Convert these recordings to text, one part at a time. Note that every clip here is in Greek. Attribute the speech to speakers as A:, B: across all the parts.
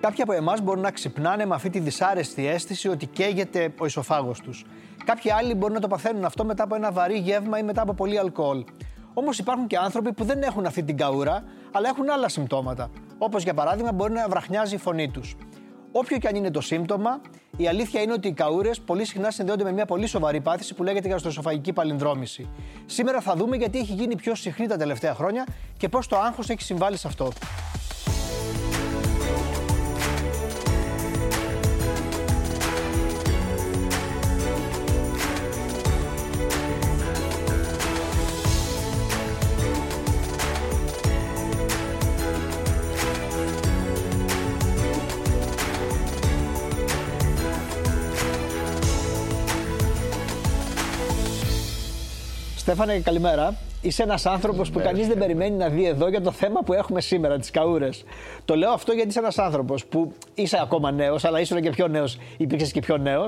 A: Κάποιοι από εμάς μπορούν να ξυπνάνε με αυτή τη δυσάρεστη αίσθηση ότι καίγεται ο ισοφάγος τους. Κάποιοι άλλοι μπορεί να το παθαίνουν αυτό μετά από ένα βαρύ γεύμα ή μετά από πολύ αλκοόλ. Όμως υπάρχουν και άνθρωποι που δεν έχουν αυτή την καούρα, αλλά έχουν άλλα συμπτώματα. Όπως για παράδειγμα, μπορεί να βραχνιάζει η φωνή τους. Όποιο και αν είναι το σύμπτωμα, η αλήθεια είναι ότι οι καούρες πολύ συχνά συνδέονται με μια πολύ σοβαρή πάθηση που λέγεται γαστροσοφαγική παλινδρόμηση. Σήμερα θα δούμε γιατί έχει γίνει πιο συχνή τα τελευταία χρόνια και πώς το άγχος έχει συμβάλει σε αυτό. Στέφανε, καλημέρα. Είσαι ένας άνθρωπος που κανείς δεν περιμένει να δει εδώ για το θέμα που έχουμε σήμερα, τις καούρες. Το λέω αυτό γιατί είσαι ένας άνθρωπος που είσαι ακόμα νέος, αλλά ήσουν και πιο νέος, υπήρξες και πιο νέος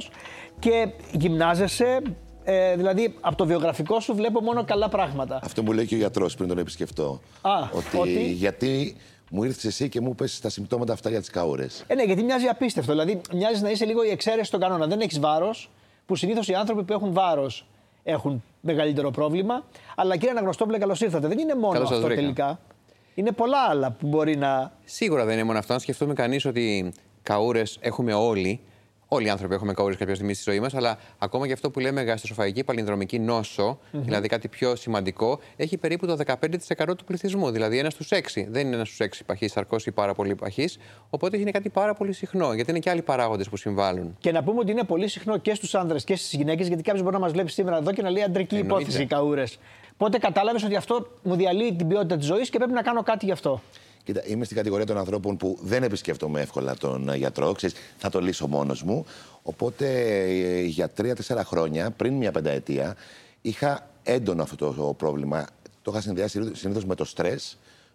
A: και γυμνάζεσαι. Ε, δηλαδή, από το βιογραφικό σου βλέπω μόνο καλά πράγματα.
B: Αυτό μου λέει και ο γιατρός πριν τον επισκεφτώ.
A: Α, ότι-
B: γιατί μου ήρθες εσύ και μου είπες τα συμπτώματα αυτά για τις καούρες.
A: Ε, ναι, γιατί μοιάζει απίστευτο. Δηλαδή, μοιάζει να είσαι λίγο η εξαίρεση στον κανόνα. Δεν έχεις βάρος, που συνήθως οι άνθρωποι που έχουν βάρος έχουν μεγαλύτερο πρόβλημα. Αλλά κύριε Αναγνωστόπουλε, καλώς ήρθατε. Δεν είναι μόνο
C: Καλώς σας
A: αυτό
C: βρήκα.
A: τελικά. Είναι πολλά άλλα που μπορεί να.
C: Σίγουρα δεν είναι μόνο αυτό. Αν σκεφτούμε κανείς ότι καούρες έχουμε όλοι. Όλοι οι άνθρωποι έχουμε καούρε κάποια στιγμή στη ζωή μας, αλλά ακόμα και αυτό που λέμε γαστροσοφαγική παλινδρομική νόσο, δηλαδή κάτι πιο σημαντικό, έχει περίπου το 15% του πληθυσμού. Δηλαδή ένας στους 6. Δεν είναι ένας στους 6 παχύ, αρκώ ή πάρα πολύ παχύς. Οπότε είναι κάτι πάρα πολύ συχνό, γιατί είναι και άλλοι παράγοντες που συμβάλλουν.
A: Και να πούμε ότι είναι πολύ συχνό και στους άνδρες και στις γυναίκες, γιατί κάποιος μπορεί να μας βλέπει σήμερα εδώ και να λέει αντρική
C: Εννοείται.
A: υπόθεση οι καούρες. Πότε κατάλαβες ότι αυτό μου διαλύει την ποιότητα της ζωής και πρέπει να κάνω κάτι γι' αυτό.
B: Κοίτα, είμαι στην κατηγορία των ανθρώπων που δεν επισκέφτομαι εύκολα τον ε, γιατρό. Ξέρεις, θα το λύσω μόνος μου. Οπότε ε, για τρία-τέσσερα χρόνια, πριν μια πενταετία, είχα έντονο αυτό το πρόβλημα. Το είχα συνδυάσει συνήθως με το στρες,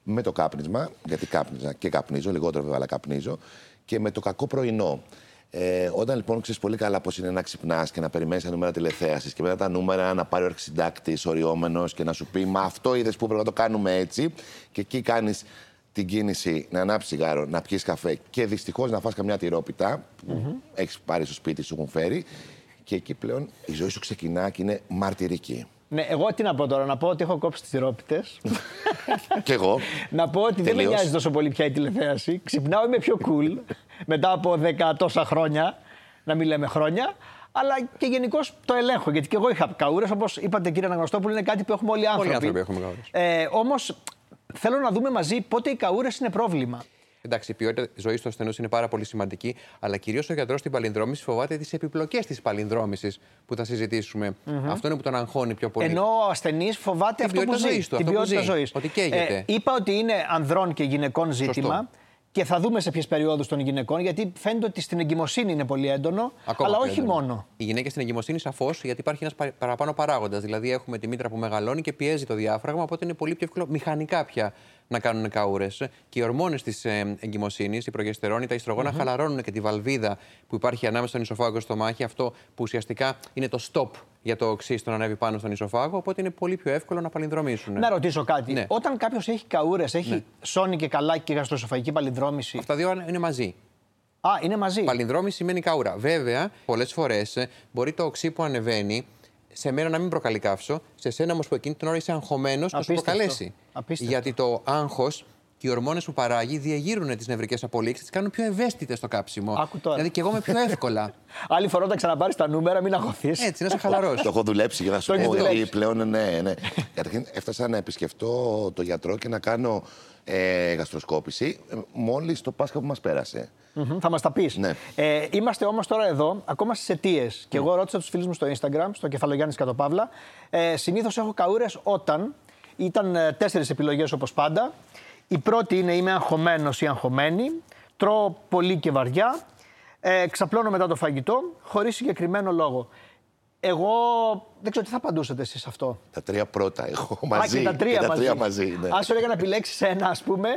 B: με το κάπνισμα, γιατί κάπνιζα και καπνίζω, λιγότερο βέβαια, αλλά καπνίζω, και με το κακό πρωινό. Ε, όταν λοιπόν ξέρεις πολύ καλά πώς είναι να ξυπνάς και να περιμένεις τα νούμερα τηλεθέασης και μετά τα νούμερα να πάρει ο αρχισυντάκτης οριόμενος και να σου πει Μα αυτό είδες που πρέπει να το κάνουμε έτσι. Και εκεί κάνεις την κίνηση να ανάψεις σιγάρο, να πιεις καφέ και δυστυχώς να φας καμιά τυρόπιτα που έχεις πάρει στο σπίτι σου, έχουν φέρει. Και εκεί πλέον η ζωή σου ξεκινά και είναι μαρτυρική.
A: Ναι, εγώ τι να πω τώρα, να πω ότι έχω κόψει τις τυρόπιτες.
B: Κι εγώ.
A: να πω ότι δεν με
B: Τελείως.
A: νοιάζει τόσο πολύ πια η τηλεθέαση. Ξυπνάω, είμαι πιο cool μετά από δέκα τόσα χρόνια, να μην λέμε χρόνια. Αλλά και γενικώ το ελέγχω. Γιατί και εγώ είχα καούρες, όπως είπατε κύριε Αναγνωστόπουλο, είναι κάτι που έχουμε όλοι οι άνθρωποι.
C: άνθρωποι έχουμε καούρες.
A: Ε, Όμως θέλω να δούμε μαζί πότε οι καούρες είναι πρόβλημα.
C: Εντάξει, η ποιότητα ζωής του ασθενούς είναι πάρα πολύ σημαντική, αλλά κυρίως ο γιατρός στην παλινδρόμηση φοβάται τις επιπλοκές της παλινδρόμησης που θα συζητησουμε Αυτό είναι που τον αγχώνει πιο πολύ.
A: Ενώ ο ασθενής φοβάται αυτό
C: Την
A: που
C: ποιότητα
A: ζει.
C: ζωής του,
A: την
C: αυτό που
A: ποιότητα
C: ζει,
A: ζωής.
C: ότι καίγεται.
A: είπα ότι είναι ανδρών και γυναικών ζήτημα.
C: Σωστό.
A: Και θα δούμε σε ποιες περιόδους των γυναικών, γιατί φαίνεται ότι στην εγκυμοσύνη είναι πολύ έντονο,
C: Ακόμα
A: αλλά
C: πιο
A: όχι
C: έντονο.
A: μόνο.
C: Η γυναίκα στην εγκυμοσύνη σαφώς, γιατί υπάρχει ένας παραπάνω παράγοντας. Δηλαδή, έχουμε τη μήτρα που μεγαλώνει και πιέζει το διάφραγμα, οπότε είναι πολύ πιο εύκολο μηχανικά πια να κάνουν καούρες. Και οι ορμόνες της εγκυμοσύνη, η προγεστερόνη, τα ιστρογονα χαλαρώνουν και τη βαλβίδα που υπάρχει ανάμεσα στον ισοφάγο στο μάχη, αυτό που ουσιαστικά είναι το stop για το οξύ στο να ανέβει πάνω στον ισοφάγο, οπότε είναι πολύ πιο εύκολο να παλινδρομήσουν.
A: Να ρωτήσω κάτι.
C: Ναι.
A: Όταν κάποιος έχει καούρες, έχει σώνη και καλά και γαστροσοφαγική παλινδρόμηση.
C: Αυτά δύο είναι μαζί.
A: Α, είναι μαζί.
C: Παλινδρόμηση σημαίνει καούρα. Βέβαια, πολλές φορές μπορεί το οξύ που ανεβαίνει σε μένα να μην προκαλεί καύσο, σε σένα όμως που εκείνη την ώρα είσαι αγχωμένος και σου
A: Απίστευτο.
C: προκαλέσει.
A: Απίστευτο.
C: Γιατί το άγχος και οι ορμόνες που παράγει διεγείρουν τις νευρικές απολύξεις, τι κάνουν πιο ευαίσθητες στο κάψιμο.
A: Άκου τώρα.
C: Δηλαδή και εγώ είμαι πιο εύκολα.
A: Άλλη φορά όταν ξαναπάρεις τα νούμερα, μην αγχωθείς.
C: Έτσι, να είσαι χαλαρός.
B: Το έχω δουλέψει για να σου
A: Το έχεις
B: πω ότι
A: δουλέψει.
B: πλέον ναι, ναι. Καταρχήν έφτασα να επισκεφτώ το γιατρό και να κάνω ε, γαστροσκόπηση μόλις το Πάσχα που μας περασε
A: Μμμ, Θα μας τα πεις.
B: Ναι.
A: Ε, είμαστε όμως τώρα εδώ, ακόμα στις αιτίες. Και εγώ ρώτησα τους φίλους μου στο Instagram, στο κεφαλογιάννη Κατοπαύλα. Ε, Συνήθως έχω καούρες όταν. Ήταν ε, τέσσερις επιλογές όπως πάντα. Η πρώτη είναι είμαι αγχωμένος ή αγχωμένη. Τρώω πολύ και βαριά. Ε, ξαπλώνω μετά το φαγητό, χωρίς συγκεκριμένο λόγο. Εγώ δεν ξέρω τι θα απαντούσατε εσείς αυτό.
B: Τα τρία πρώτα έχω
A: Α,
B: μαζί.
A: και τα τρία μαζί.
B: ναι.
A: Αν σου έλεγα να επιλέξεις ένα, ας πούμε,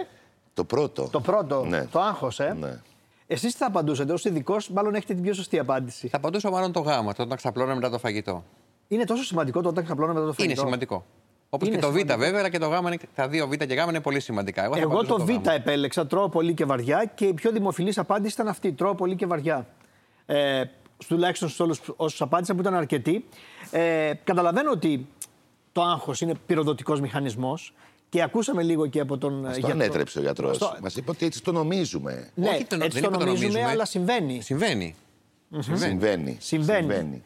B: Το πρώτο.
A: το πρώτο,
B: Ναι.
A: το άγχος, ε.
B: Ναι.
A: Εσείς τι θα απαντούσατε, ως ειδικός, μάλλον έχετε την πιο σωστή απάντηση.
C: Θα απαντούσα μάλλον το γάμα, το να ξαπλώνω μετά το φαγητό.
A: Είναι τόσο σημαντικό το όταν ξαπλώνω μετά το φαγητό.
C: Είναι σημαντικό. Όπως
A: Είναι
C: και το Β
A: σημαντικό.
C: βέβαια, αλλά και το Γ. είναι- Τα δύο Β και Γ είναι πολύ σημαντικά. Εγώ, θα
A: Εγώ
C: πατήσω
A: το Β ε,
C: Γ.
A: επέλεξα, τρώω πολύ και βαριά και η πιο δημοφιλής απάντηση ήταν αυτή, τρώω πολύ και βαριά. Ε, τουλάχιστον στους όλους όσους απάντησαν που ήταν αρκετοί. Ε, καταλαβαίνω ότι το άγχος είναι πυροδοτικός μηχανισμός και ακούσαμε λίγο και από τον
B: Μας
A: ε,
B: το
A: γιατρό.
B: ανέτρεψε ο γιατρός.
A: Μας το-
B: Μας είπε ότι έτσι το νομίζουμε.
A: Ναι,
C: Όχι, δεν
A: έτσι
C: είπα
A: το
C: το
A: νομίζουμε,
C: νομίζουμε.
A: αλλά συμβαίνει.
C: Συμβαίνει.
B: Ε, Συμβαίνει.
A: Συμβαίνει.
B: Συμβαίνει.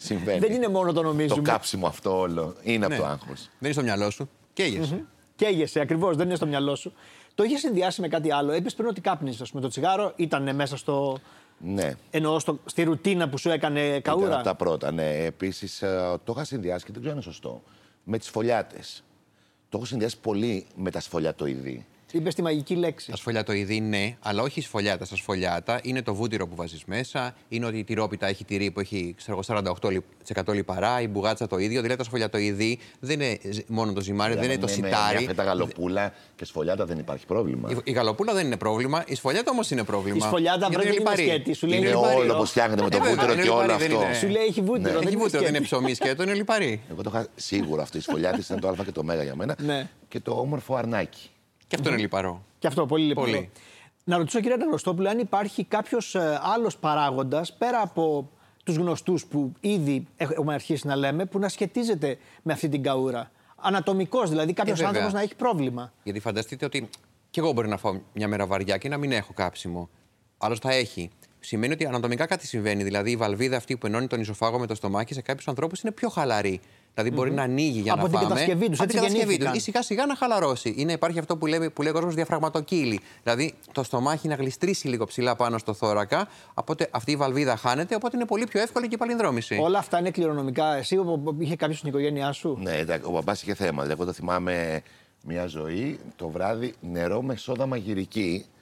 B: Συμβαίνει.
A: Δεν είναι μόνο το
B: Το
A: νομίζουμε.
B: κάψιμο αυτό όλο είναι
C: Ναι.
B: από το άγχος.
C: Δεν είναι στο μυαλό σου. Καίγεσαι.
A: Καίγεσαι, ακριβώς, δεν είναι στο μυαλό σου. Το είχες συνδυάσει με κάτι άλλο. Έπεισες πριν ότι κάπνιζες. Με το τσιγάρο ήταν μέσα στο.
B: Ναι.
A: εννοώ στο, στη ρουτίνα που σου έκανε καούρα.
B: Ήταν από τα πρώτα, ναι. Επίσης, το είχα συνδυάσει και δεν ξέρω αν είναι σωστό. Με τις φωλιάτες. Το έχω συνδυάσει πολύ με τα σφολιατοειδή.
A: Είπες τη μαγική λέξη.
C: Τα σφολιατοειδή ναι, αλλά όχι η σφολιάτα. Στα σφολιάτα είναι το βούτυρο που βάζεις μέσα, είναι ότι η τυρόπιτα έχει τυρί που έχει ξέρω, εγώ, 48% λιπαρά, η μπουγάτσα το ίδιο. Δηλαδή τα σφολιατοειδή δεν είναι ζ- μόνο το ζυμάρι, δεν είναι το
B: Δηλαδή, Με- με
C: σιτάρι.
B: Μια φέτα γαλοπούλα και σφολιάτα δεν υπάρχει πρόβλημα.
C: Η, η γαλοπούλα δεν είναι πρόβλημα, η σφολιάτα όμως είναι πρόβλημα.
A: Η σφολιάτα
C: Γιατί
A: πρέπει να είναι
C: λιπαρή.
A: σκέτη, σου λέει
B: Είναι
A: λιπαρό.
B: όλο όπως φτιάχνεται με το
C: Ε, βέβαια,
B: βούτυρο
C: είναι
B: και όλο
C: λιπαρή, δεν
B: αυτό.
C: είναι.
A: Σου λέει έχει βούτυρο.
C: ναι. Έχει
A: δεν είναι
C: βούτυρο, δεν είναι
A: σκέτη.
C: ψωμί σκέτο, είναι λιπαρή.
B: Εγώ το είχα σίγουρα αυτή η σφολιάτη ήταν το Α και το Μέγα για μένα.
A: Ναι.
B: Και το όμορφο αρνάκι.
C: Και αυτό είναι λιπαρό.
A: Και αυτό, πολύ λεπτό.
C: Πολύ.
A: Να ρωτήσω, κυρία Ταγνωστόπουλα, αν υπάρχει κάποιος άλλος παράγοντας πέρα από τους γνωστούς που ήδη έχουμε αρχίσει να λέμε, που να σχετίζεται με αυτή την καούρα. Ανατομικός δηλαδή, κάποιο
C: Ε, βέβαια.
A: άνθρωπος να έχει πρόβλημα.
C: Γιατί φανταστείτε ότι κι εγώ μπορεί να φάω μια μέρα βαριά και να μην έχω κάψιμο. Άλλος θα έχει. Σημαίνει ότι ανατομικά κάτι συμβαίνει. Δηλαδή η βαλβίδα αυτή που ενώνει τον ισοφάγο με το στομάχι σε κάποιους ανθρώπους είναι πιο χαλαρή. Δηλαδή μπορεί να ανοίγει για
A: Από
C: να
A: την
C: φάμε.
A: κατασκευή τους,
C: Από
A: έτσι
C: την κατασκευή τους.
A: γεννήθηκαν.
C: Ή σιγά σιγά να χαλαρώσει. Είναι, υπάρχει αυτό που, λέμε, που λέει ο κόσμος διαφραγματοκύλι. Δηλαδή το στομάχι να γλιστρήσει λίγο ψηλά πάνω στο θώρακα. Οπότε αυτή η βαλβίδα χάνεται. Οπότε είναι πολύ πιο εύκολη και η παλινδρόμηση.
A: Όλα αυτά είναι κληρονομικά. Εσύ ο- ο- είχε κάποιο στην οικογένειά σου.
B: Ναι, τα- ο παπά είχε θέμα. Δηλαδή, εγώ το θυμάμαι μια ζωή το βράδυ νερό με σόδα μαγειρική.
C: Ε.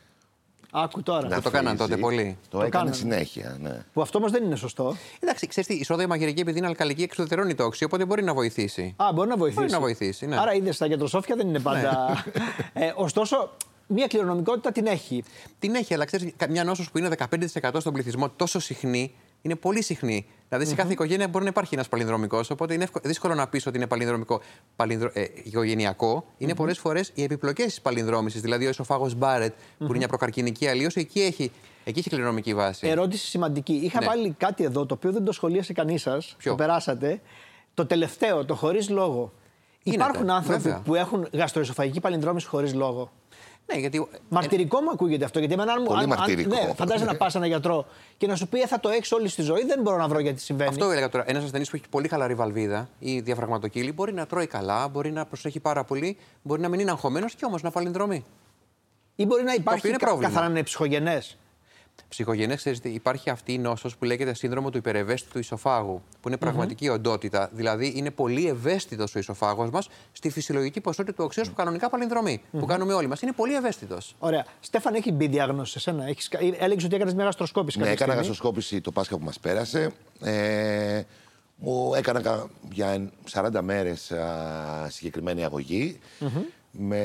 A: Άκου τώρα.
B: να
C: το κάνανε
B: φρίζει.
C: τότε πολύ.
B: Το,
A: Το
B: έκανε
A: κάνανε.
B: συνέχεια, ναι.
A: Που αυτό όμως δεν είναι σωστό.
C: Εντάξει, ξέρεις τι, η σόδα η μαγειρική επειδή είναι αλκαλική εξουδετερώνει το όξι, οπότε μπορεί να βοηθήσει.
A: Α, μπορεί να βοηθήσει.
C: Μπορεί να βοηθήσει, ναι.
A: Άρα είδες τα γιατροσόφια δεν είναι πάντα. ε, ωστόσο, μία κληρονομικότητα την έχει.
C: Την έχει, αλλά ξέρεις, μια νόσος που είναι 15% στον πληθυσμό τόσο συχνή, είναι πολύ συχνή. Δηλαδή, σε κάθε οικογένεια μπορεί να υπάρχει ένας παλινδρομικός, οπότε είναι εύκολο- δύσκολο να πεις ότι είναι παλινδρομικό. Παλινδρο, ε, οικογενειακό. Είναι πολλές φορές οι επιπλοκές της παλινδρόμησης. Δηλαδή, ο ισοφάγο Μπάρετ, που είναι μια προκαρκινική αλλίωση, εκεί έχει, εκεί έχει κληρονομική βάση.
A: Ερώτηση σημαντική. Είχα
C: Ναι.
A: βάλει κάτι εδώ το οποίο δεν το σχολίασε κανείς σας. Το περάσατε. Το τελευταίο, το χωρίς λόγο.
C: Γίνεται,
A: Υπάρχουν άνθρωποι
C: βέβαια.
A: που έχουν γαστροεσοφαγική παλινδρόμηση χωρίς λόγο.
C: Ναι, γιατί.
A: Μαρτυρικό μου ακούγεται αυτό. Γιατί εμένα, αν μου-
B: Πολύ
A: αν, αν,
B: μαρτυρικό.
A: ναι, φαντάζεσαι να πας ένα γιατρό και να σου πει «Ε, θα το έχεις όλη στη ζωή, δεν μπορώ να βρω γιατί συμβαίνει.
C: Αυτό έλεγα τώρα. Ένας ασθενής που έχει πολύ χαλαρή βαλβίδα ή διαφραγματοκύλη μπορεί να τρώει καλά, μπορεί να προσέχει πάρα πολύ, μπορεί να μην είναι αγχωμένος και όμως να παλινδρομεί.
A: Ή μπορεί να υπάρχει
C: είναι
A: κα-
C: πρόβλημα.
A: καθαρά να είναι ψυχογενέ.
C: Ψυχογενέ, ξέρετε, υπάρχει αυτή η νόσος που λέγεται σύνδρομο του υπερευαίσθητου ισοφάγου, που είναι πραγματική οντότητα. Δηλαδή, είναι πολύ ευαίσθητος ο ισοφάγος μας στη φυσιολογική ποσότητα του οξέω που κανονικά παλινδρομεί, που κάνουμε όλοι μας. Είναι πολύ ευαίσθητος.
A: Ωραία. Στέφαν, έχει μπει διάγνωση σε σένα. Έχεις... κα- Έλεγες ότι έκανες μια γαστροσκόπηση.
B: Ναι,
A: κάποια
B: έκανα
A: στιγμή.
B: γαστροσκόπηση το Πάσχα που μας πέρασε. Ε, μου έκανα κα- για 40 μέρε συγκεκριμένη αγωγή, Με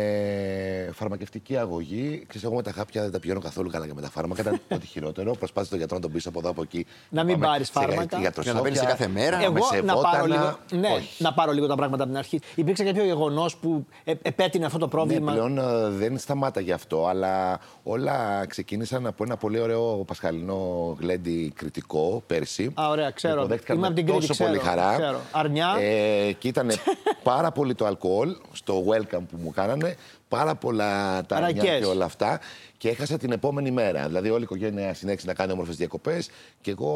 B: φαρμακευτική αγωγή. Ξέρεις, εγώ με τα χάπια δεν τα πηγαίνω καθόλου καλά και με τα φάρμακα. Ήταν ό,τι χειρότερο. Προσπάθησε τον γιατρό να τον πίσω από εδώ από εκεί.
A: Να μην
B: Πάμε
A: πάρεις
B: σε κα-
A: φάρμακα.
B: γιατροσόφια,
C: Για να παίρνεις σε κάθε μέρα.
B: πάμε
A: Εγώ
B: σε
A: να πάρω, λίγο,
B: βότανα.
A: ναι,
B: Όχι.
A: να πάρω λίγο τα πράγματα από την αρχή. Υπήρξε κάποιο γεγονός που ε, επέτεινε αυτό το
B: Ναι,
A: πρόβλημα.
B: πλέον ε, δεν σταμάταγε αυτό, αλλά όλα ξεκίνησαν από ένα πολύ ωραίο πασχαλινό γλέντι κριτικό πέρσι.
A: Α, ωραία, ξέρω.
B: Μου υποδέχτηκαν
A: Είμαι
B: με
A: από την Κρήτη,
B: τόσο
A: ξέρω,
B: πολύ χαρά.
A: ξέρω. Αρνιά.
B: Ε, και ήταν πάρα πολύ το αλκοόλ στο welcome που μου κάνανε, πάρα πολλά τα αρνιά
A: Αρακές.
B: και όλα αυτά. Και έχασα την επόμενη μέρα. Δηλαδή, όλη η οικογένεια συνέχισε να κάνει όμορφες διακοπές. Και εγώ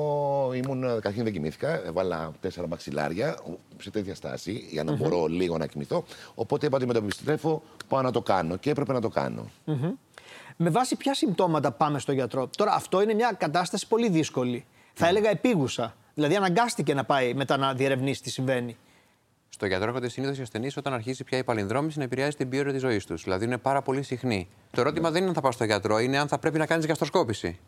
B: ήμουν, ε, καταρχήν δεν κοιμήθηκα. Έβαλα τέσσερα μαξιλάρια σε τέτοια στάση, για να μπορώ λίγο να κοιμηθώ. Οπότε είπα ότι με το επιστρέφω πάω να το κάνω. Και έπρεπε να το κάνω.
A: Με βάση ποια συμπτώματα πάμε στο γιατρό. Τώρα, αυτό είναι μια κατάσταση πολύ δύσκολη. Θα έλεγα επίγουσα. Δηλαδή, αναγκάστηκε να πάει μετά να διερευνήσει τι συμβαίνει.
C: Στο γιατρό έρχονται συνήθως οι ασθενείς όταν αρχίζει πια η παλινδρόμηση να επηρεάζει την ποιότητα της ζωής τους. Δηλαδή είναι πάρα πολύ συχνή. Το
A: Ναι.
C: ερώτημα δεν είναι αν θα πας στο γιατρό, είναι αν θα πρέπει να κάνεις γαστροσκόπηση.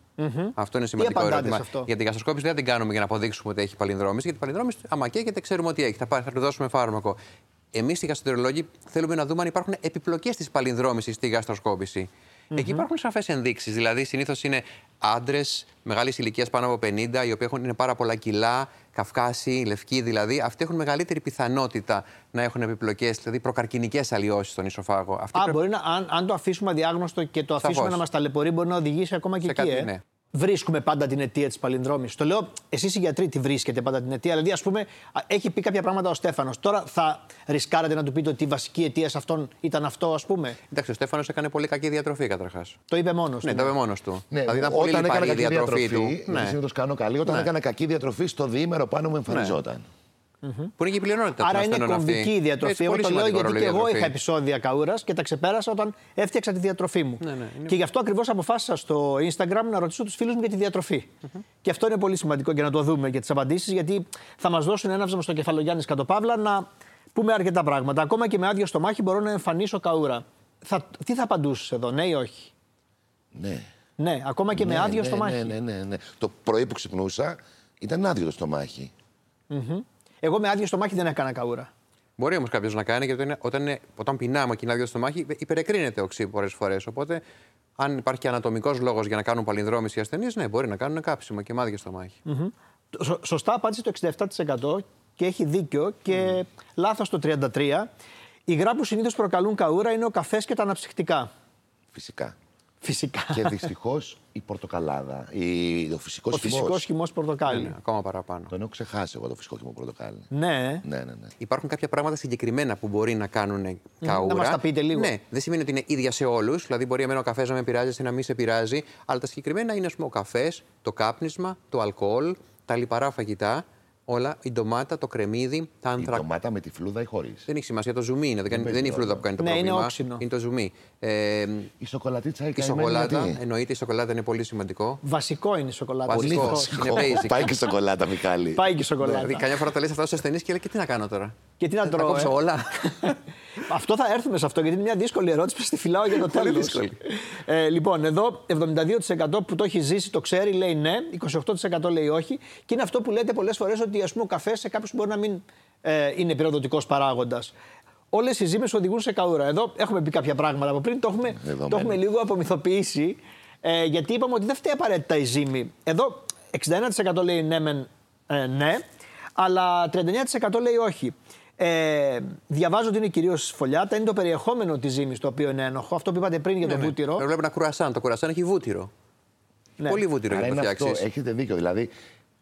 C: Αυτό είναι σημαντικό
A: απαντάτε
C: ερώτημα.
A: σε αυτό?
C: Γιατί η γαστροσκόπηση δεν την κάνουμε για να αποδείξουμε ότι έχει παλινδρόμηση. Γιατί η παλινδρόμηση, άμα καίγεται, ξέρουμε ότι έχει. Θα, πάρει, θα του δώσουμε φάρμακο. Εμείς οι γαστρολόγοι θέλουμε να δούμε αν υπάρχουν επιπλοκές της παλινδρόμησης στη γαστροσκόπηση. Εκεί υπάρχουν σαφές ενδείξεις. Δηλαδή, συνήθως είναι άντρες μεγάλης ηλικίας πάνω από 50, οι οποίοι έχουν είναι πάρα πολλά κιλά, Καυκάσοι, λευκοί δηλαδή. Αυτοί έχουν μεγαλύτερη πιθανότητα να έχουν επιπλοκές, δηλαδή προκαρκινικές αλλοιώσεις στον ισοφάγο. Αυτοί
A: Α,
C: πρέπει-
A: μπορεί να, αν, αν το αφήσουμε αδιάγνωστο και το αφήσουμε
C: Σαφώς.
A: να μας ταλαιπωρεί, μπορεί να οδηγήσει ακόμα και
C: Σε
A: εκεί.
C: κάτι,
A: ε.
C: ναι.
A: Βρίσκουμε πάντα την αιτία της παλινδρόμηση. Το λέω, εσείς οι γιατροί τη βρίσκετε πάντα την αιτία. Δηλαδή, ας πούμε, α, έχει πει κάποια πράγματα ο Στέφανος. Τώρα θα ρισκάρατε να του πείτε ότι η βασική αιτία σε αυτόν ήταν αυτό, ας πούμε.
C: Εντάξει, ο Στέφανος έκανε πολύ κακή διατροφή καταρχάς.
A: Το είπε μόνος
C: Ναι,
A: του.
C: τα είπε μόνος του.
B: Ναι,
C: δηλαδή ήταν πολύ
B: όταν
C: λιπαρή
B: έκανα
C: η
B: κακή διατροφή,
C: διατροφή,
B: διατροφή
C: του. Ναι.
B: συνήθως κάνω καλή. Όταν έκανα κακή διατροφή, στο διήμερο πάνω μου εμφανιζόταν.
C: Που είναι και η πλειονότητα των
A: Άρα είναι
C: ασθενών αυτή.
A: κομβική η διατροφή.
C: Έτσι,
A: Εγώ
C: πολύ
A: το λέω
C: σημαντικό
A: γιατί
C: ρόλο
A: και
C: η
A: εγώ
C: διατροφή.
A: είχα επεισόδια καούρα και τα ξεπέρασα όταν έφτιαξα τη διατροφή μου.
C: ναι, είναι-
A: Και γι' αυτό ακριβώς αποφάσισα στο Instagram να ρωτήσω τους φίλους μου για τη διατροφη Και αυτό είναι πολύ σημαντικό και να το δούμε και τις απαντήσεις, γιατί θα μας δώσουν ένα στο κεφαλογιάννη Κατοπαύλα να πούμε αρκετά πράγματα. Ακόμα και με άδειο στο μάχη μπορώ να εμφανίσω καούρα. Θα, τι θα απαντούσες εδώ, ναι ή όχι.
B: Ναι.
A: Ναι, ακόμα και με
B: ναι,
A: άδειο
B: ναι,
A: στο μάχη.
B: Ναι, ναι, ναι, ναι. Το πρωί που ξυπνούσα ήταν άδειο το στομάχι.
A: Εγώ με άδειο στο μάχη δεν έκανα καούρα.
C: Μπορεί όμως κάποιος να κάνει, γιατί όταν, όταν, είναι- όταν πεινάμε και είναι άδειο στο μάχη, υπερεκρίνεται οξύ πολλές φορές. Οπότε, αν υπάρχει και ανατομικός λόγος για να κάνουν παλινδρόμηση οι ασθενείς, ναι, μπορεί να κάνουν κάψιμο και μάδια στο μάχη.
A: Σω- σωστά απάντησε το 67% και έχει δίκιο και λάθος το 33%. Η υγρά που συνήθως προκαλούν καούρα είναι ο καφές και τα αναψυκτικά.
B: Φυσικά.
A: Φυσικά.
B: και δυστυχώς η πορτοκαλάδα. Η, ο φυσικό
A: Ο φυσικός
B: χυμός.
A: χυμός πορτοκάλι.
C: Ναι, ακόμα παραπάνω.
B: Τον έχω ξεχάσει εγώ το φυσικό χυμό πορτοκάλι.
A: Ναι.
B: Ναι, ναι, ναι.
C: Υπάρχουν κάποια πράγματα συγκεκριμένα που μπορεί να κάνουν καούρα.
A: να μας τα πείτε λίγο.
C: Ναι, δεν σημαίνει ότι είναι ίδια σε όλους. Δηλαδή, μπορεί εμένα ο καφές να με πειράζει ή να μην σε πειράζει. Αλλά τα συγκεκριμένα είναι, ας πούμε, ο καφές, το κάπνισμα, το αλκοόλ, τα λιπαρά φαγητά, όλα, η ντομάτα, το κρεμμύδι, τα
B: Η
C: ανθρακ...
B: ντομάτα με τη φλούδα ή χωρίς.
C: Δεν έχει σημασία, το ζουμί είναι. Δεν, κάνει-
B: παίζει
C: δεν είναι η
B: ρόλο.
C: φλούδα που κάνει το
A: Ναι, είναι
C: πρόβλημα.
A: όξινο.
C: Είναι το ζουμί. Ε,
B: Η σοκολατίτσα ή
C: η
B: καημένη
C: σοκολάτα,
B: γιατί?
C: εννοείται η σοκολάτα είναι πολύ σημαντικό.
A: Βασικό είναι η σοκολάτα.
C: Πολύ
A: Βασικό.
C: βασικό.
B: Ω,
C: είναι basic.
B: Πάει και σοκολάτα, Μιχάλη.
A: Πάει και η σοκολάτα.
C: Δηλαδή, καμιά φορά τα λε αυτά στου ασθενεί και λέει και τι να κάνω τώρα.
A: Και τι να
C: Θα τα
A: τρώω,
C: κόψω
A: ε?
C: όλα.
A: αυτό θα έρθουμε σε αυτό γιατί είναι μια δύσκολη ερώτηση που στη φυλάω για το
C: Πολύ
A: τέλος.
C: δύσκολη.
A: ε, λοιπόν, εδώ 72% που το έχει ζήσει το ξέρει, λέει ναι, 28% λέει όχι. Και είναι αυτό που λέτε πολλές φορές ότι ας πούμε, ο καφές σε κάποιους μπορεί να μην ε, είναι πυροδοτικός παράγοντας. Όλες οι ζύμες οδηγούν σε καούρα. Εδώ έχουμε πει κάποια πράγματα από πριν, το έχουμε,
B: Δεδομένο.
A: το έχουμε λίγο απομυθοποιήσει. Ε, γιατί είπαμε ότι δεν φταίει απαραίτητα η ζύμη. Εδώ 61% λέει ναι, μεν, ε, ναι, αλλά 39% λέει όχι. Ε, διαβάζω ότι είναι κυρίως φωλιάτα. Είναι το περιεχόμενο της ζύμης το οποίο είναι ένοχο. Αυτό που είπατε πριν για το βούτυρο.
C: Εγώ Ναι. βλέπω ένα κουρασάν. Το κουρασάν έχει βούτυρο.
A: Ναι.
C: Πολύ βούτυρο
B: Άρα
C: για να το
B: είναι αυτό,
C: φτιάξει.
B: έχετε δίκιο. Δηλαδή,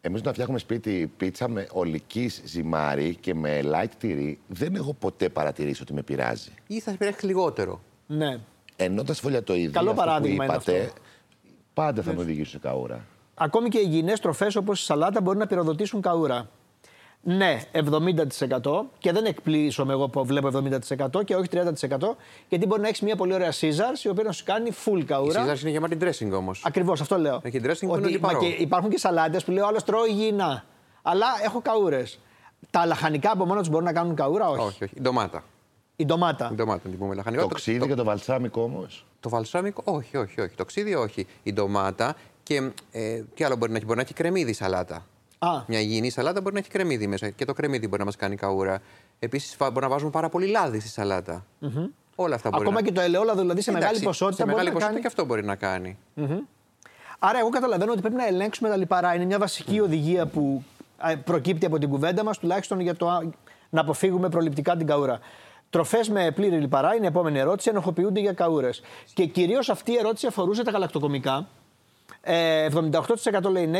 B: εμείς να φτιάχνουμε σπίτι πίτσα με ολικής ζυμάρι και με light τυρί, δεν έχω ποτέ παρατηρήσει ότι με πειράζει.
C: Ή θα πειράξει λιγότερο.
A: Ναι.
B: Ενώ τα σφολιατοειδή
A: Καλό
B: αυτό
A: παράδειγμα
B: που
A: είναι
B: είπατε,
A: αυτό. Ναι.
B: πάντα θα με οδηγήσουν σε καούρα.
A: Ακόμη και οι υγιεινές τροφές όπως η σαλάτα μπορούν να πυροδοτήσουν καούρα. Ναι, 70% και δεν εκπλήσωμαι εγώ που βλέπω 70% και όχι 30% γιατί μπορεί να έχεις μια πολύ ωραία Caesars η οποία να σου κάνει full
C: Η
A: καούρα.
C: σύζαρση είναι γεμάτη dressing όμως.
A: Ακριβώς, αυτό λέω.
C: Έχει dressing που είναι
A: μα
C: λιπαρό.
A: και υπάρχουν και σαλάτε που λέω άλλος τρώω υγιεινά. Αλλά έχω καούρες. Τα λαχανικά από μόνα τους μπορούν να κάνουν καούρα, όχι.
C: Όχι, όχι. Η ντομάτα.
A: Η ντομάτα.
C: Η ντομάτα την πούμε λαχανικά.
B: Το ξύδι και το βαλσάμικο όμως.
C: το βαλσάμικο, όχι, όχι, όχι. Το ξύδι, όχι. Η ντομάτα και ε, τι άλλο μπορεί να έχει. Μπορεί να έχει κρεμμύδι η σαλάτα.
A: Α.
C: Μια υγιεινή σαλάτα μπορεί να έχει κρεμμύδι μέσα. Και το κρεμμύδι μπορεί να μας κάνει καούρα. Επίσης, μπορεί να βάζουμε πάρα πολύ λάδι στη σαλατα Όλα αυτά μπορεί
A: Ακόμα
C: να
A: και το ελαιόλαδο δηλαδή σε
C: Εντάξει,
A: μεγάλη ποσότητα.
C: Σε
A: μπορεί
C: μεγάλη
A: να
C: ποσότητα
A: κάνει.
C: και αυτό μπορεί να κάνει.
A: Άρα, εγώ καταλαβαίνω ότι πρέπει να ελέγξουμε τα λιπαρά. Είναι μια βασική οδηγία που α, προκύπτει από την κουβέντα μας, τουλάχιστον για το α- να αποφύγουμε προληπτικά την καούρα. Τροφές με πλήρη λιπαρά είναι η επόμενη ερώτηση. Ενοχοποιούνται για καούρες. Και κυρίως αυτή η ερώτηση αφορούσε τα γαλακτοκομικά. Ε, 78% λέει ναι,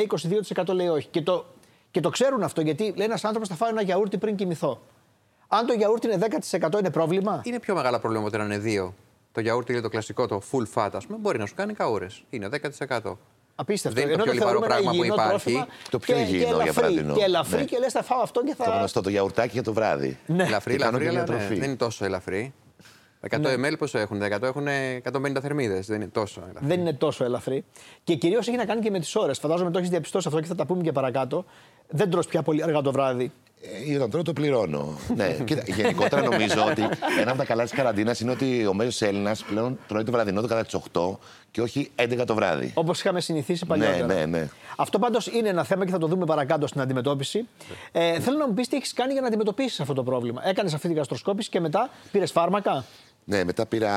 A: 22% λέει όχι. Και το, και το ξέρουν αυτό γιατί λέει ένας άνθρωπος θα φάει ένα γιαούρτι πριν κοιμηθώ. Αν το γιαούρτι είναι 10% είναι πρόβλημα.
C: Είναι πιο μεγάλα προβλήματα όταν είναι δύο. Το γιαούρτι είναι το κλασικό, το full fat, ας πούμε, μπορεί να σου κάνει καούρες. Είναι 10%.
A: Απίστευτο.
C: Δεν είναι το πιο λιπαρό
A: θεωρούμε ένα
C: πράγμα που
A: υγιεινό
C: υπάρχει.
A: τρόφιμα
B: Το πιο
A: και- και
B: υγιεινό για
A: ελαφρύ.
B: βραδινό.
A: Και ελαφρύ
B: Ναι.
A: και λες, θα φάω αυτό και θα.
B: Το γνωστό το γιαουρτάκι για το βράδυ.
A: Ναι.
C: Ελαφρύ,
B: Και κάνουν
C: ελαφρύ,
B: και
C: αλλά ναι,
B: διατροφή.
C: δεν είναι τόσο ελαφρύ. 100
A: Ναι.
C: ml πόσο έχουν, 100 έχουν 150 θερμίδες. Δεν είναι τόσο ελαφρύ.
A: Δεν είναι τόσο ελαφρύ. Και κυρίως έχει να κάνει και με τις ώρες. Φαντάζομαι το έχεις διαπιστώσει αυτό και θα τα πούμε και παρακάτω. Δεν τρως πια πολύ αργά το βράδυ.
B: Ε, όταν τρώω το πληρώνω. ναι, κοίτα, γενικότερα νομίζω ότι ένα από τα καλά της καραντίνας είναι ότι ο μέσος Έλληνας πλέον τρώει το βραδινό του κατά τις 8 και όχι 11 το βράδυ.
A: Όπως είχαμε συνηθίσει παλιότερα.
B: ναι, ναι.
A: Αυτό πάντως είναι ένα θέμα και θα το δούμε παρακάτω στην αντιμετώπιση. Ε, θέλω να μου πεις τι έχεις κάνει για να αντιμετωπίσεις αυτό το πρόβλημα. Έκανες αυτή την γαστροσκόπηση και μετά πήρες φάρμακα.
B: Ναι, μετά πήρα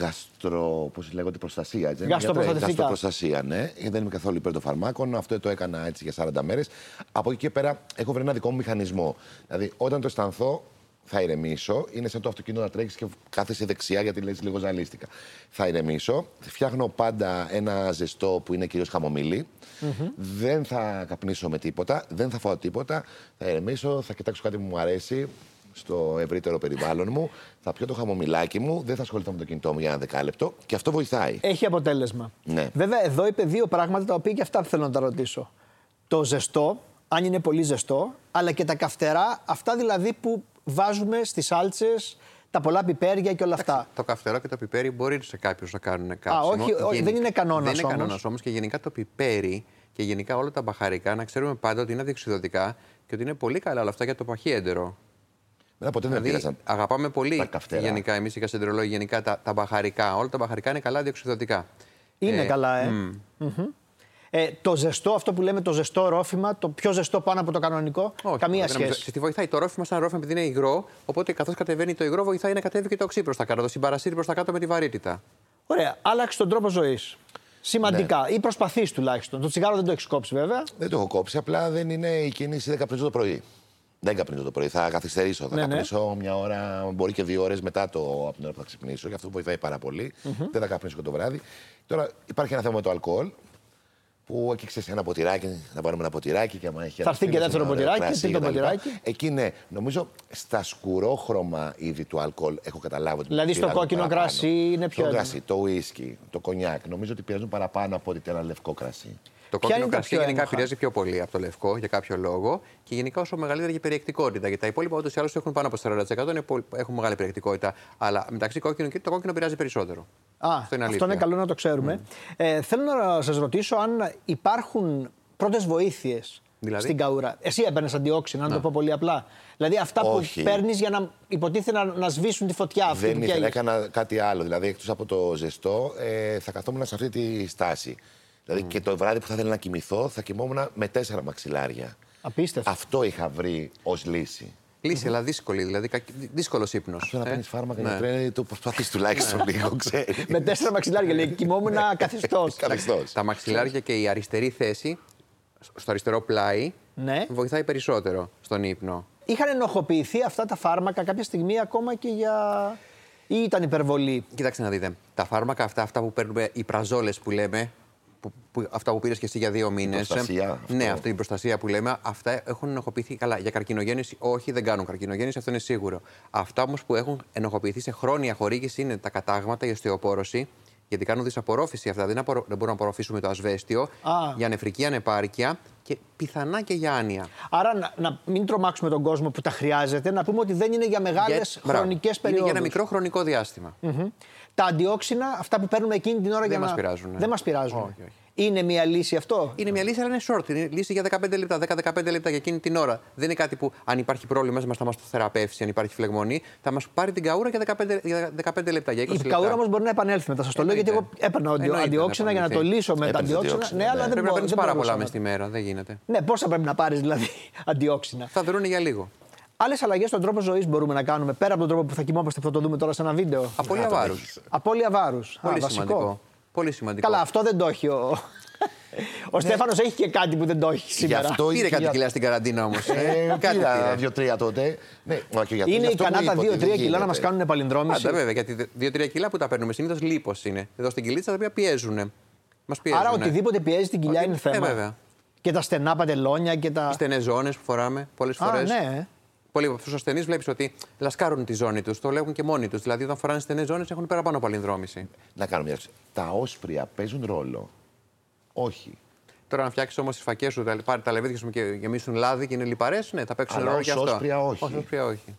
B: γαστρο. Πώς λέγεται, προστασία. Έτσι,
A: Γαστροπροστατευτικά.
B: Γαστροπροστασία, ναι. Ε, Δεν είμαι καθόλου υπέρ των φαρμάκων. Αυτό το έκανα έτσι για 40 μέρες. Από εκεί και πέρα έχω βρει ένα δικό μου μηχανισμό. Δηλαδή, όταν το αισθανθώ, θα ηρεμήσω. Είναι σαν το αυτοκίνητο να τρέχεις και κάθεσαι δεξιά γιατί λες λίγο ζαλίστηκα. Θα ηρεμήσω. Φτιάχνω πάντα ένα ζεστό που είναι κυρίως χαμομηλή. Δεν θα καπνίσω με τίποτα. Δεν θα φάω τίποτα. Θα ηρεμήσω. Θα κοιτάξω κάτι που μου αρέσει στο ευρύτερο περιβάλλον μου. Θα πιω το χαμομηλάκι μου, δεν θα ασχοληθώ με το κινητό μου για ένα δεκάλεπτο και αυτό βοηθάει.
A: Έχει αποτέλεσμα.
B: Ναι.
A: Βέβαια, εδώ είπε δύο πράγματα τα οποία και αυτά θέλω να τα ρωτήσω. Το ζεστό, αν είναι πολύ ζεστό, αλλά και τα καυτερά, αυτά δηλαδή που βάζουμε στις σάλτσες, τα πολλά πιπέρια και όλα αυτά.
C: Το καυτερό και το πιπέρι μπορεί σε κάποιους να κάνουν κάψιμο.
A: όχι, όχι,
C: Γενικ-
A: δεν είναι κανόνας
C: Δεν είναι
A: όμως.
C: κανόνας όμως και γενικά το πιπέρι και γενικά όλα τα μπαχαρικά να ξέρουμε πάντα ότι είναι διοξιδωτικά και ότι είναι πολύ καλά όλα αυτά για το παχύεντερο.
B: Μένα ποτέ
A: Ναι,
B: δεν με
C: Δηλαδή,
B: πείρασαν.
C: αγαπάμε
B: τα
C: πολύ
B: καυτερά.
C: γενικά εμείς οι κασεντρολόγοι, γενικά τα, τα μπαχαρικά. Όλα τα μπαχαρικά είναι καλά διοξιδωτικά.
A: Είναι
C: Ε,
A: καλά, ε. Μμμ. Ε, το ζεστό, αυτό που λέμε το ζεστό ρόφημα, το πιο ζεστό πάνω από το κανονικό, καμία
C: δεν νομίζω.
A: σχέση.
C: Στη βοηθάει το ρόφημα σαν ρόφημα επειδή είναι υγρό. Οπότε καθώς κατεβαίνει το υγρό, βοηθάει να κατέβει και το οξύ προς τα κάτω. Το συμπαρασύρει προς τα κάτω με τη βαρύτητα.
A: Ωραία, άλλαξε τον τρόπο ζωής. Σημαντικά. Ή προσπαθείς τουλάχιστον. Το τσιγάρο δεν το έχεις κόψει, βέβαια.
B: Δεν το έχω κόψει, απλά δεν είναι η κίνηση 10 καπνίζω το πρωί. Δεν καπνίζω το πρωί, θα καθυστερήσω. Θα
A: Ναι, ναι.
B: καπνίσω μια ώρα, μπορεί και δύο ώρες μετά το, από την ώρα που θα ξυπνήσω. Γι' αυτό βοηθάει πάρα πολύ. Δεν θα καπνίσω και το βράδυ. Τώρα υπάρχει ένα θέμα με το αλκοόλ. Που εκεί ξέρεις ένα ποτηράκι, να πάρουμε ένα ποτηράκι και άμα έχει
A: Θα έρθει
B: ένας
A: και
B: φίλος,
A: δεύτερο
B: ένα ωραίο
A: ποτηράκι,
B: κρασί
A: τρίτο
B: και τα λοιπά.
A: ποτηράκι.
B: Εκεί ναι, νομίζω στα σκουρόχρωμα είδη του αλκοόλ έχω καταλάβει ότι.
A: Δηλαδή, στο
B: πειράζουν
A: κόκκινο
B: παραπάνω.
A: κρασί είναι πιο
B: Το
A: έντονο.
B: κρασί, το ουίσκι, το κονιάκ. Νομίζω ότι πειράζουν παραπάνω από ότι ένα λευκό κρασί.
C: Το
A: Ποια
C: κόκκινο
A: είναι τα
C: κρασί
A: πιο
C: γενικά
A: ένοχα?
C: επηρεάζει πιο πολύ από το λευκό για κάποιο λόγο και γενικά όσο μεγαλύτερη και η περιεκτικότητα. Γιατί τα υπόλοιπα ούτως ή άλλως έχουν πάνω από 40%, είναι πολύ- έχουν μεγάλη περιεκτικότητα. Αλλά μεταξύ κόκκινο και το κόκκινο επηρεάζει περισσότερο.
A: Α, αυτό είναι, καλό να το ξέρουμε. Ε, θέλω να σας ρωτήσω αν υπάρχουν πρώτες βοήθειες
C: Δηλαδή?
A: στην καούρα. Εσύ έπαιρνε αντιόξινα, να το πω πολύ απλά. Δηλαδή αυτά
B: Όχι.
A: που παίρνεις για να υποτίθεται να, να σβήσουν τη φωτιά αυτή
B: Δεν
A: που
B: ήθελα,
A: καίγεται.
B: έκανα κάτι άλλο. Δηλαδή, εκτός από το ζεστό, ε, θα καθόμουν σε αυτή τη στάση. Δηλαδή,
A: Mm.
B: και το βράδυ που θα ήθελα να κοιμηθώ, θα κοιμόμουν με τέσσερα μαξιλάρια.
A: Απίστευτο.
B: Αυτό είχα βρει ως λύση.
C: Λύση, αλλά δύσκολη. Δηλαδή δύσκολος ύπνος.
B: Αυτό να
A: Ε,
B: παίρνεις φάρμακα
C: ναι.
B: για τρένο, το προσπαθείς τουλάχιστον λίγο, ξέρεις.
A: ναι. Με τέσσερα μαξιλάρια λέει: Κοιμόμουν καθιστό.
C: Τα μαξιλάρια και η αριστερή θέση, στο αριστερό πλάι,
A: Ναι.
C: βοηθάει περισσότερο στον ύπνο.
A: Είχαν ενοχοποιηθεί αυτά τα φάρμακα κάποια στιγμή ακόμα και για. ή ήταν υπερβολή.
C: Κοιτάξτε να δείτε. Τα φάρμακα αυτά, αυτά που παίρνουμε, οι πραζόλες που λέμε, που, που, αυτά που πήρες και εσύ για δύο μήνε.
B: προστασία, αυτό.
C: Ναι, αυτή η προστασία που λέμε, αυτά έχουν ενοχοποιηθεί καλά. Για καρκινογέννηση, όχι, δεν κάνουν καρκινογέννηση, αυτό είναι σίγουρο. Αυτά όμως που έχουν ενοχοποιηθεί σε χρόνια χορήγηση είναι τα κατάγματα, η οστεοπόρωση, γιατί κάνουν δυσαπορρόφηση αυτά. Δεν, απορρο- δεν μπορούν να απορροφήσουμε το ασβέστιο
A: Α.
C: για νεφρική ανεπάρκεια και πιθανά και για άνοια.
A: Άρα να, να μην τρομάξουμε τον κόσμο που τα χρειάζεται, να πούμε ότι δεν είναι για μεγάλες
C: Για- Μπράβο.
A: χρονικές
C: Είναι
A: περιόδου.
C: για ένα μικρό χρονικό διάστημα.
A: Τα αντιόξινα, αυτά που παίρνουμε εκείνη την ώρα για να.
C: μας πειράζουν, ε.
A: Δεν μας πειράζουν.
C: Όχι, όχι.
A: Είναι μια λύση αυτό.
C: Είναι μια λύση, αλλά είναι short. Είναι λύση για 15 λεπτά, 10-15 λεπτά για εκείνη την ώρα. Δεν είναι κάτι που αν υπάρχει πρόβλημα μας, θα μα το θεραπεύσει, αν υπάρχει φλεγμονή. Θα μας πάρει την καούρα για 15, για 15 λεπτά, για 20
A: Η
C: λεπτά. Ε,
A: καούρα όμως μπορεί να επανέλθει μετά. Σας το λέω γιατί εγώ
C: Εννοείται.
A: έπαιρνα αντι-
C: Εννοείται,
A: αντιόξινα
C: θα
A: για να το
C: επανέλθει.
A: λύσω με τα
B: Έπαιρνες
A: αντιόξινα.
B: αντιόξινα,
A: Ναι,
B: ναι.
A: αλλά δεν
C: Πρέπει να
A: μπορώ.
C: παίρνεις
A: δεν
C: πάρα
A: μπορούσα
C: πολλά
A: να
C: μέσα
A: το-
C: στη μέρα. Δεν γίνεται.
A: Ναι, πόσα πρέπει να πάρεις δηλαδή αντιόξινα.
C: Θα δρούν για λίγο.
A: Άλλες αλλαγές στον τρόπο ζωής μπορούμε να κάνουμε πέρα από τον τρόπο που θα κοιμόμαστε που θα το δούμε τώρα σε ένα βίντεο.
C: Απόλυα
B: το
C: βάρους.
B: έχεις.
A: Απόλυα βάρου.
C: Πολύ σημαντικό. Πολύ σημαντικό.
A: Καλά, αυτό δεν το έχει ο. Ο Στέφανος έχει και κάτι που δεν το έχει σήμερα.
B: Ε, ναι. αυτό η
C: Πήρε κάτι
B: κυρία-
C: κιλά στην καραντίνα όμως.
B: Ε,
C: Κάτι
B: πήρα
C: πήρε.
B: δύο-τρία τότε. Ναι, μα και για
A: Είναι
B: γι' αυτό
A: ικανά
B: μου
A: τα
B: είπε ότι
A: 2-3
B: δεν
A: κιλά να μα
B: γίνεται.
A: κάνουν
C: Πάντα
A: επαλυνδρόμηση.
C: βέβαια, γιατί 2-3 κιλά που τα παίρνουμε συνήθως λίπος είναι. Εδώ στην κυλίτσα τα οποία πιέζουν. Μα πιέζουν.
A: Άρα οτιδήποτε πιέζει την κοιλιά
C: Ότι-
A: είναι
C: ε,
A: θέμα.
C: βέβαια.
A: Και τα στενά παντελόνια και τα.
C: Στενές ζώνες που φοράμε πολλές
A: Α,
C: φορές.
A: ναι.
C: Πολλοί από τους ασθενείς βλέπεις ότι λασκάρουν τη ζώνη τους, το λέγουν και μόνοι τους. Δηλαδή, όταν φοράνε στενέ ζώνες έχουν παραπάνω από αλληλενδρόμηση.
B: Να κάνω μια ερώτηση. Τα όσπρια παίζουν ρόλο. Όχι.
C: Τώρα, να φτιάξεις όμως τις φακές σου, τα λι- πάρει τα λεβίδια σου και γεμίσουν λάδι και είναι λιπαρές, ναι, θα παίξουν
B: Αλλά
C: ρόλο
B: ως
C: και αυτά.
B: όσπρια όχι.
C: Ως όσπρια όχι.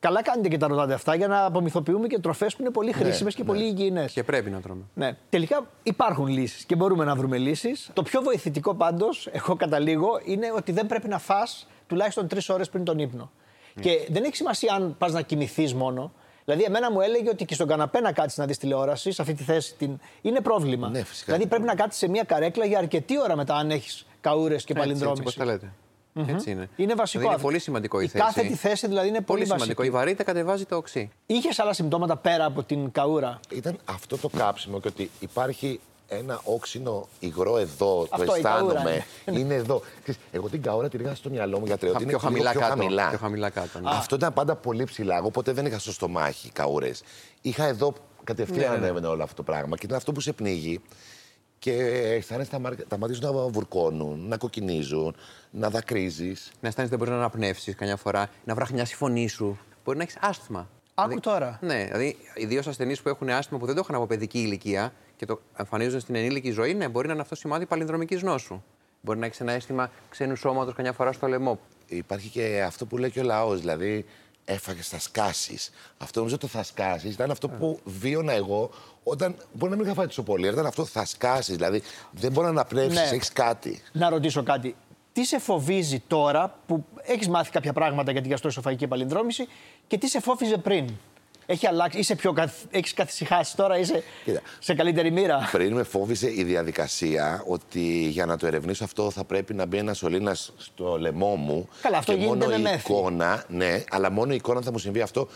A: Καλά κάνετε και τα ρωτάτε αυτά για να απομυθοποιούμε και τροφές που είναι πολύ χρήσιμες και
B: ναι.
A: πολύ υγιεινές.
C: Και πρέπει να τρώμε.
A: Ναι. Τελικά υπάρχουν λύσεις και μπορούμε να βρούμε λύσεις. Το πιο βοηθητικό πάντως, εγώ καταλήγω, είναι ότι δεν πρέπει να φά τουλάχιστον τρεις ώρες πριν τον ύπνο.
C: Ναι.
A: Και δεν έχει σημασία αν πας να κοιμηθείς μόνο. Δηλαδή, εμένα μου έλεγε ότι και στον καναπέ να κάτσεις να δεις τηλεόραση, σε αυτή τη θέση την... είναι πρόβλημα.
B: Ναι, φυσικά.
A: Δηλαδή, πρέπει να κάτσεις σε μια καρέκλα για αρκετή ώρα μετά, αν έχεις καούρες και
C: Έτσι, έτσι,
A: παλινδρόμηση.
C: όπως τα λέτε. Έτσι είναι.
A: Είναι βασικό
C: Δηλαδή είναι
A: αυτό.
C: πολύ σημαντικό η,
A: Η
C: θέση.
A: κάθετη θέση δηλαδή είναι πολύ
C: σημαντικό.
A: βασική.
C: Η βαρύτητα κατεβάζει το οξύ.
A: Είχες άλλα συμπτώματα πέρα από την καούρα.
B: Ήταν αυτό το κάψιμο και ότι υπάρχει ένα όξινο υγρό εδώ,
A: Αυτό,
B: το
A: η καούρα
B: αισθάνομαι.
C: ναι.
A: είναι.
B: Είναι εδώ. Ξέρεις, Εγώ την καούρα την είχα στο μυαλό μου για ότι
C: Χα-
B: είναι
C: πιο
B: λίγο
C: χαμηλά
B: πιο
C: κάτω,
B: χαμηλά.
C: πιο χαμηλά κάτω, ναι.
B: Αυτό ήταν πάντα πολύ ψηλά. Εγώ ποτέ δεν είχα στο στομάχι καούρες. Είχα εδώ κατευθείαν
C: Ναι, ναι, ναι.
B: ανέβαινε όλο αυτό το πράγμα και ήταν αυτό που σε πνίγει. Και αισθάνεσαι τα, μάρκα- τα μάτια σου να βουρκώνουν, να κοκκινίζουν, να δακρύζεις.
C: Να αισθάνεσαι ότι δεν μπορείς να αναπνεύσεις καμιά φορά, να βραχνιάσει η φωνή σου. Μπορεί να έχεις άσθμα.
A: Άκου
C: Δηλαδή-
A: τώρα.
C: Ναι, δηλαδή ιδίως ασθενείς που έχουν άσθμα που δεν το είχαν από παιδική ηλικία και το εμφανίζουν στην ενήλικη ζωή, ναι, μπορεί να είναι αυτό σημάδι παλινδρομικής νόσου. Μπορεί να έχεις ένα αίσθημα ξένου σώματος καμιά φορά στο λαιμό.
B: Υπάρχει και αυτό που λέει και ο λαός, δηλαδή έφαγες, θα σκάσεις. Αυτό νομίζω το θα σκάσεις ήταν αυτό
A: Ε.
B: που βίωνα εγώ όταν. Μπορεί να μην είχα φάει τόσο πολύ, αλλά ήταν αυτό θα σκάσεις. Δηλαδή δεν μπορεί να αναπνεύσεις,
A: Ναι.
B: έχεις κάτι.
A: Να ρωτήσω κάτι. Τι σε φοβίζει τώρα που έχεις μάθει κάποια πράγματα για την γαστροεσοφαγική επαλυνδρόμηση και τι σε φόβιζε πριν. Έχει αλλάξει, είσαι πιο καθ... έχεις καθησυχάσει τώρα, είσαι
B: Κοίτα.
A: σε καλύτερη μοίρα.
B: Πριν με φόβησε η διαδικασία ότι για να το ερευνήσω αυτό θα πρέπει να μπει ένα σωλήνας στο λαιμό μου.
A: Καλά, αυτό
B: και
A: γίνεται
B: μόνο
A: με
B: η
A: μέθη.
B: εικόνα, ναι, αλλά μόνο η εικόνα θα μου συμβεί αυτό.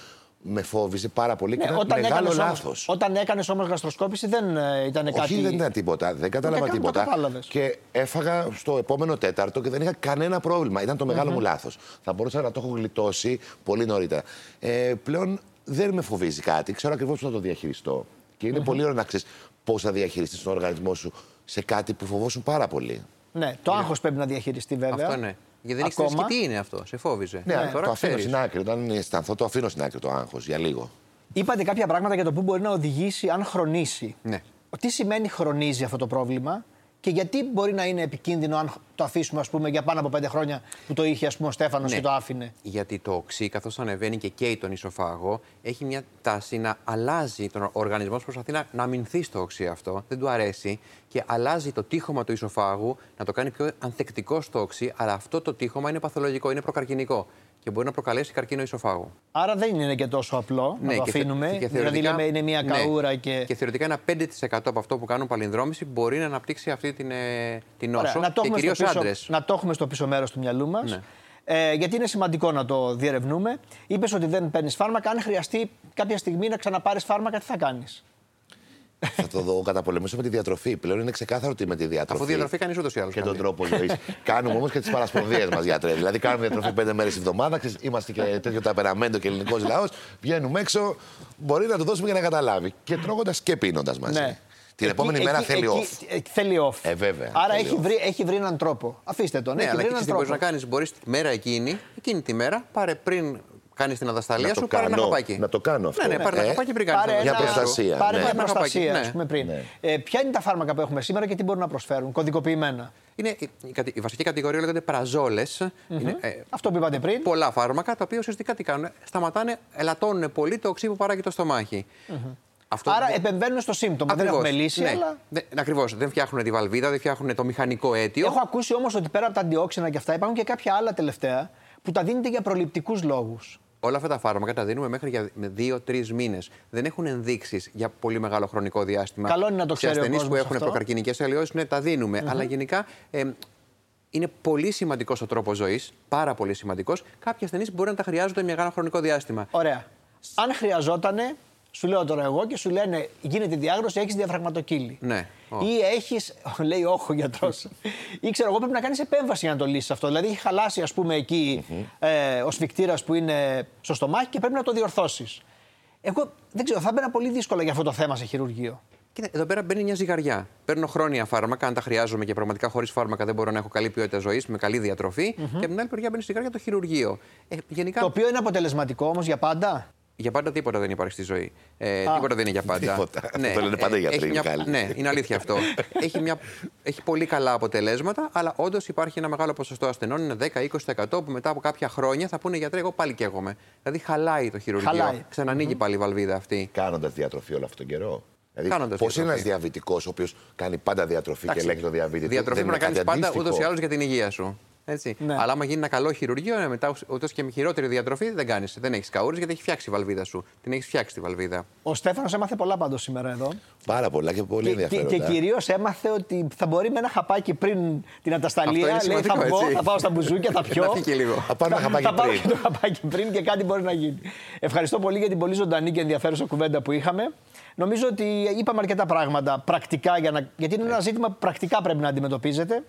B: Με φόβησε πάρα πολύ και
A: Ναι,
B: ήταν μεγάλο
A: έκανες όμως-
B: λάθος.
A: Όταν έκανες όμως γαστροσκόπηση δεν ε, ήταν κάτι.
B: Όχι, δεν ήταν τίποτα. Δεν κατάλαβα
A: καν το
B: τίποτα.
A: κατάλαβες.
B: Και έφαγα στο επόμενο τέταρτο και δεν είχα κανένα πρόβλημα. Ήταν το μεγάλο μου λάθος. Θα μπορούσα να το έχω γλιτώσει πολύ νωρίτερα. Ε, πλέον δεν με φοβίζει κάτι. Ξέρω ακριβώς πώς θα το διαχειριστώ. Και είναι πολύ ωραίο να ξέρεις πώς θα διαχειριστείς τον οργανισμό σου σε κάτι που φοβόσουν πάρα πολύ.
A: Ναι, το άγχος πρέπει να διαχειριστεί βέβαια.
C: Αυτό ναι. Γιατί δεν έχει
A: Ακόμα.
C: τι είναι αυτό, σε φόβιζε.
B: Ναι,
C: Αλλά
A: Ε,
B: αλλά το αφήνω
C: ξέρεις.
B: στην άκρη. Όταν αισθανθώ, το αφήνω στην άκρη το άγχος για λίγο.
A: Είπατε κάποια πράγματα για το που μπορεί να οδηγήσει αν χρονίσει.
C: Ναι.
A: Τι σημαίνει χρονίζει αυτό το πρόβλημα και γιατί μπορεί να είναι επικίνδυνο αν το αφήσουμε ας πούμε, για πάνω από πέντε χρόνια που το είχε ας πούμε, ο Στέφανος
C: Ναι.
A: και το άφηνε.
C: Γιατί το οξύ, καθώς ανεβαίνει και καίει τον ισοφάγο, έχει μια τάση να αλλάζει τον οργανισμό. που Προσπαθεί να, να αμυνθεί στο οξύ αυτό, δεν του αρέσει και αλλάζει το τείχομα του ισοφάγου να το κάνει πιο ανθεκτικό στο οξύ. Αλλά αυτό το τείχομα είναι παθολογικό, είναι προκαρκινικό και μπορεί να προκαλέσει καρκίνο ισοφάγου. Ναι,
A: Άρα δεν είναι και τόσο απλό να το
C: και θε-
A: αφήνουμε.
C: και
A: δηλαδή
C: θεωρητικά-
A: λέμε είναι μια
C: ναι.
A: καούρα και.
C: Και θεωρητικά ένα 5% από αυτό που κάνουν παλινδρόμηση μπορεί να αναπτύξει αυτή την, ε, την νόσο.
A: Ωραία, να, το
C: και
A: έχουμε στο
C: κυρίως
A: πίσω,
C: άντρες.
A: να το έχουμε στο πίσω μέρος του μυαλού μας.
C: Ναι.
A: Ε, γιατί είναι σημαντικό να το διερευνούμε. Είπες ότι δεν παίρνεις φάρμακα. Αν χρειαστεί κάποια στιγμή να ξαναπάρεις φάρμακα, τι θα κάνεις.
B: θα το δω, καταπολεμήσω με τη διατροφή. Πλέον είναι ξεκάθαρο ότι με τη διατροφή.
C: Αφού διατροφή κανεί ούτως ή άλλως.
B: και τον τρόπο ζωής. κάνουμε όμως και τις παρασπονδίες μας γιατρέ. Δηλαδή, κάνουμε διατροφή πέντε μέρες τη εβδομάδα. ξέρεις, Είμαστε και τέτοιο ταπεραμέντο και ελληνικός λαός. Βγαίνουμε έξω. Μπορεί να του δώσουμε και να καταλάβει. Και τρώγοντας και πίνοντας μαζί.
A: Ναι.
B: Την
A: Εκεί-
B: επόμενη μέρα
A: εκεί-
B: θέλει
A: εκεί-
B: off.
A: ε, θέλει off.
B: Ε, βέβαια,
A: Άρα
B: θέλει
A: έχει
B: off.
A: βρει, έχει βρει έναν τρόπο. Αφήστε τον.
C: Ναι,
A: έχει
C: αλλά
A: βρει
C: και
A: έναν
C: τι
A: τρόπο.
C: μπορεί να κάνεις. Μπορείς τη μέρα εκείνη, εκείνη τη μέρα, πάρε πριν κάνει την αδασταλία
B: Να το
C: σου, πάρε ένα
B: κάνω.
C: χαπάκι.
B: Να το κάνω αυτό.
C: Ναι, ναι, πάρε ένα
B: Ε,
C: χαπάκι πριν κάνει.
A: Πάρε
B: Για προστασία,
A: Πάρε
B: ναι.
A: μια
C: Ένα
A: προστασία,
C: χαπάκι,
A: ας πούμε,
C: ναι.
A: πριν.
B: Ναι.
A: Ε, ποια είναι τα φάρμακα που έχουμε σήμερα και τι μπορούν να προσφέρουν, κωδικοποιημένα.
C: Είναι, η, η, κατη- η βασική κατηγορία λέγονται πραζόλες. Είναι, ε,
A: Αυτό που είπατε πριν.
C: πολλά φάρμακα τα οποία ουσιαστικά τι κάνουν. Σταματάνε, ελαττώνουν πολύ το οξύ που παράγει το στομαχι Αυτό
A: Άρα
C: δεν-
A: επεμβαίνουν στο σύμπτωμα.
C: Ακριβώς,
A: Δεν έχουμε λύση,
C: ναι.
A: αλλά.
C: Δεν- ακριβώς. Δεν φτιάχνουν τη βαλβίδα, δεν φτιάχνουν το μηχανικό αίτιο.
A: Έχω ακούσει όμως ότι πέρα από τα αντιόξινα και αυτά υπάρχουν και κάποια άλλα τελευταία που τα δίνετε για προληπτικούς λόγους.
C: Όλα αυτά τα φάρμακα τα δίνουμε μέχρι για δύο-τρει μήνες. Δεν έχουν ενδείξεις για πολύ μεγάλο χρονικό διάστημα.
A: Καλό είναι να το
C: Σε
A: ξέρει ο
C: ασθενείς που
A: κόσμος
C: έχουν
A: αυτό.
C: προκαρκινικές αλλοιώσεις, ναι, τα δινουμε Αλλά γενικά ε, είναι πολύ σημαντικός ο τρόπος ζωής. Πάρα πολύ σημαντικός. Κάποιοι ασθενείς μπορεί να τα χρειάζονται μεγάλο χρονικό διάστημα.
A: Ωραία. Αν χρειαζότανε, σου λέω τώρα εγώ και σου λένε γίνεται η διάγνωση, έχεις διαφραγματοκύλι.
C: Ναι. Ω.
A: Ή έχεις, λέει όχι ο γιατρός. ή ξέρω εγώ πρέπει να κάνεις επέμβαση για να το λύσεις αυτό. Δηλαδή έχει χαλάσει, ας πούμε, εκεί, ε, ο σφιχτήρας που είναι στο στομάχι και πρέπει να το διορθώσεις. Εγώ δεν ξέρω, θα μπαίνα πολύ δύσκολα για αυτό το θέμα σε χειρουργείο.
C: Κοίτα, εδώ πέρα μπαίνει μια ζυγαριά. Παίρνω χρόνια φάρμακα, αν τα χρειάζομαι και πραγματικά χωρίς φάρμακα δεν μπορώ να έχω καλή ποιότητα ζωής, με καλή διατροφή. Και από την άλλη μεριά μπαίνει ζυγαριά το χειρουργείο. Ε, γενικά...
A: Το οποίο είναι αποτελεσματικό όμως για πάντα.
C: Για πάντα τίποτα δεν υπάρχει στη ζωή. Ε, τίποτα δεν είναι για πάντα.
B: Τίποτα. Αυτό λένε πάντα οι
C: Ε,
B: γιατροί,
C: έχει μια-
B: Μιχάλη.
C: Ναι, είναι αλήθεια αυτό. έχει, μια, έχει πολύ καλά αποτελέσματα, αλλά όντως υπάρχει ένα μεγάλο ποσοστό ασθενών, είναι 10-20% που μετά από κάποια χρόνια θα πούνε γιατρέ, εγώ πάλι καίγομαι. Δηλαδή χαλάει το χειρουργείο.
A: Χαλάει.
C: Ξανανοίγει πάλι η βαλβίδα αυτή.
B: Κάνοντας διατροφή όλο αυτόν τον καιρό. Δηλαδή,
C: Κάνοντας
B: πώς είναι
C: διατροφή.
B: ένας διαβητικός ο οποίος κάνει πάντα διατροφή και
C: Εντάξει,
B: ελέγχει το διαβήτη. του,
C: Διατροφή
B: δεν
C: πρέπει να
B: είναι
C: κάνεις
B: κάτι
C: πάντα
B: αντίστοιχο?
C: ούτως ή άλλως για την υγεία σου. Έτσι.
A: Ναι.
C: Αλλά άμα γίνει ένα καλό χειρουργείο, ε, μετά ούτως και με χειρότερη διατροφή δεν κάνεις. Δεν έχεις καούρες γιατί έχει φτιάξει η βαλβίδα σου. Την έχεις φτιάξει τη βαλβίδα.
A: Ο Στέφανος έμαθε πολλά πάντως σήμερα εδώ.
B: Πάρα πολλά και πολύ
A: και,
B: ενδιαφέροντα.
A: και κυρίως έμαθε ότι θα μπορεί με ένα χαπάκι πριν την
C: ε. Αυτό
A: ατασταλία.
C: είναι
A: Λέει,
C: σημαντικό,
A: θα μπω,
C: έτσι.
A: θα πάω στα μπουζούκια, θα πιω.
C: Να φύγει και λίγο.
B: Θα πάρω ένα χαπάκι
A: θα πάρω
B: πριν.
A: και το χαπάκι πριν και κάτι μπορεί να γίνει. Ευχαριστώ πολύ για την πολύ ζωντανή και ενδιαφέρουσα κουβέντα που είχαμε. Νομίζω
C: Ναι.
A: ότι είπαμε αρκετά πράγματα πρακτικά, για να... γιατί είναι ένα ζήτημα που πρακτικά πρέπει να αντιμετωπίζετε.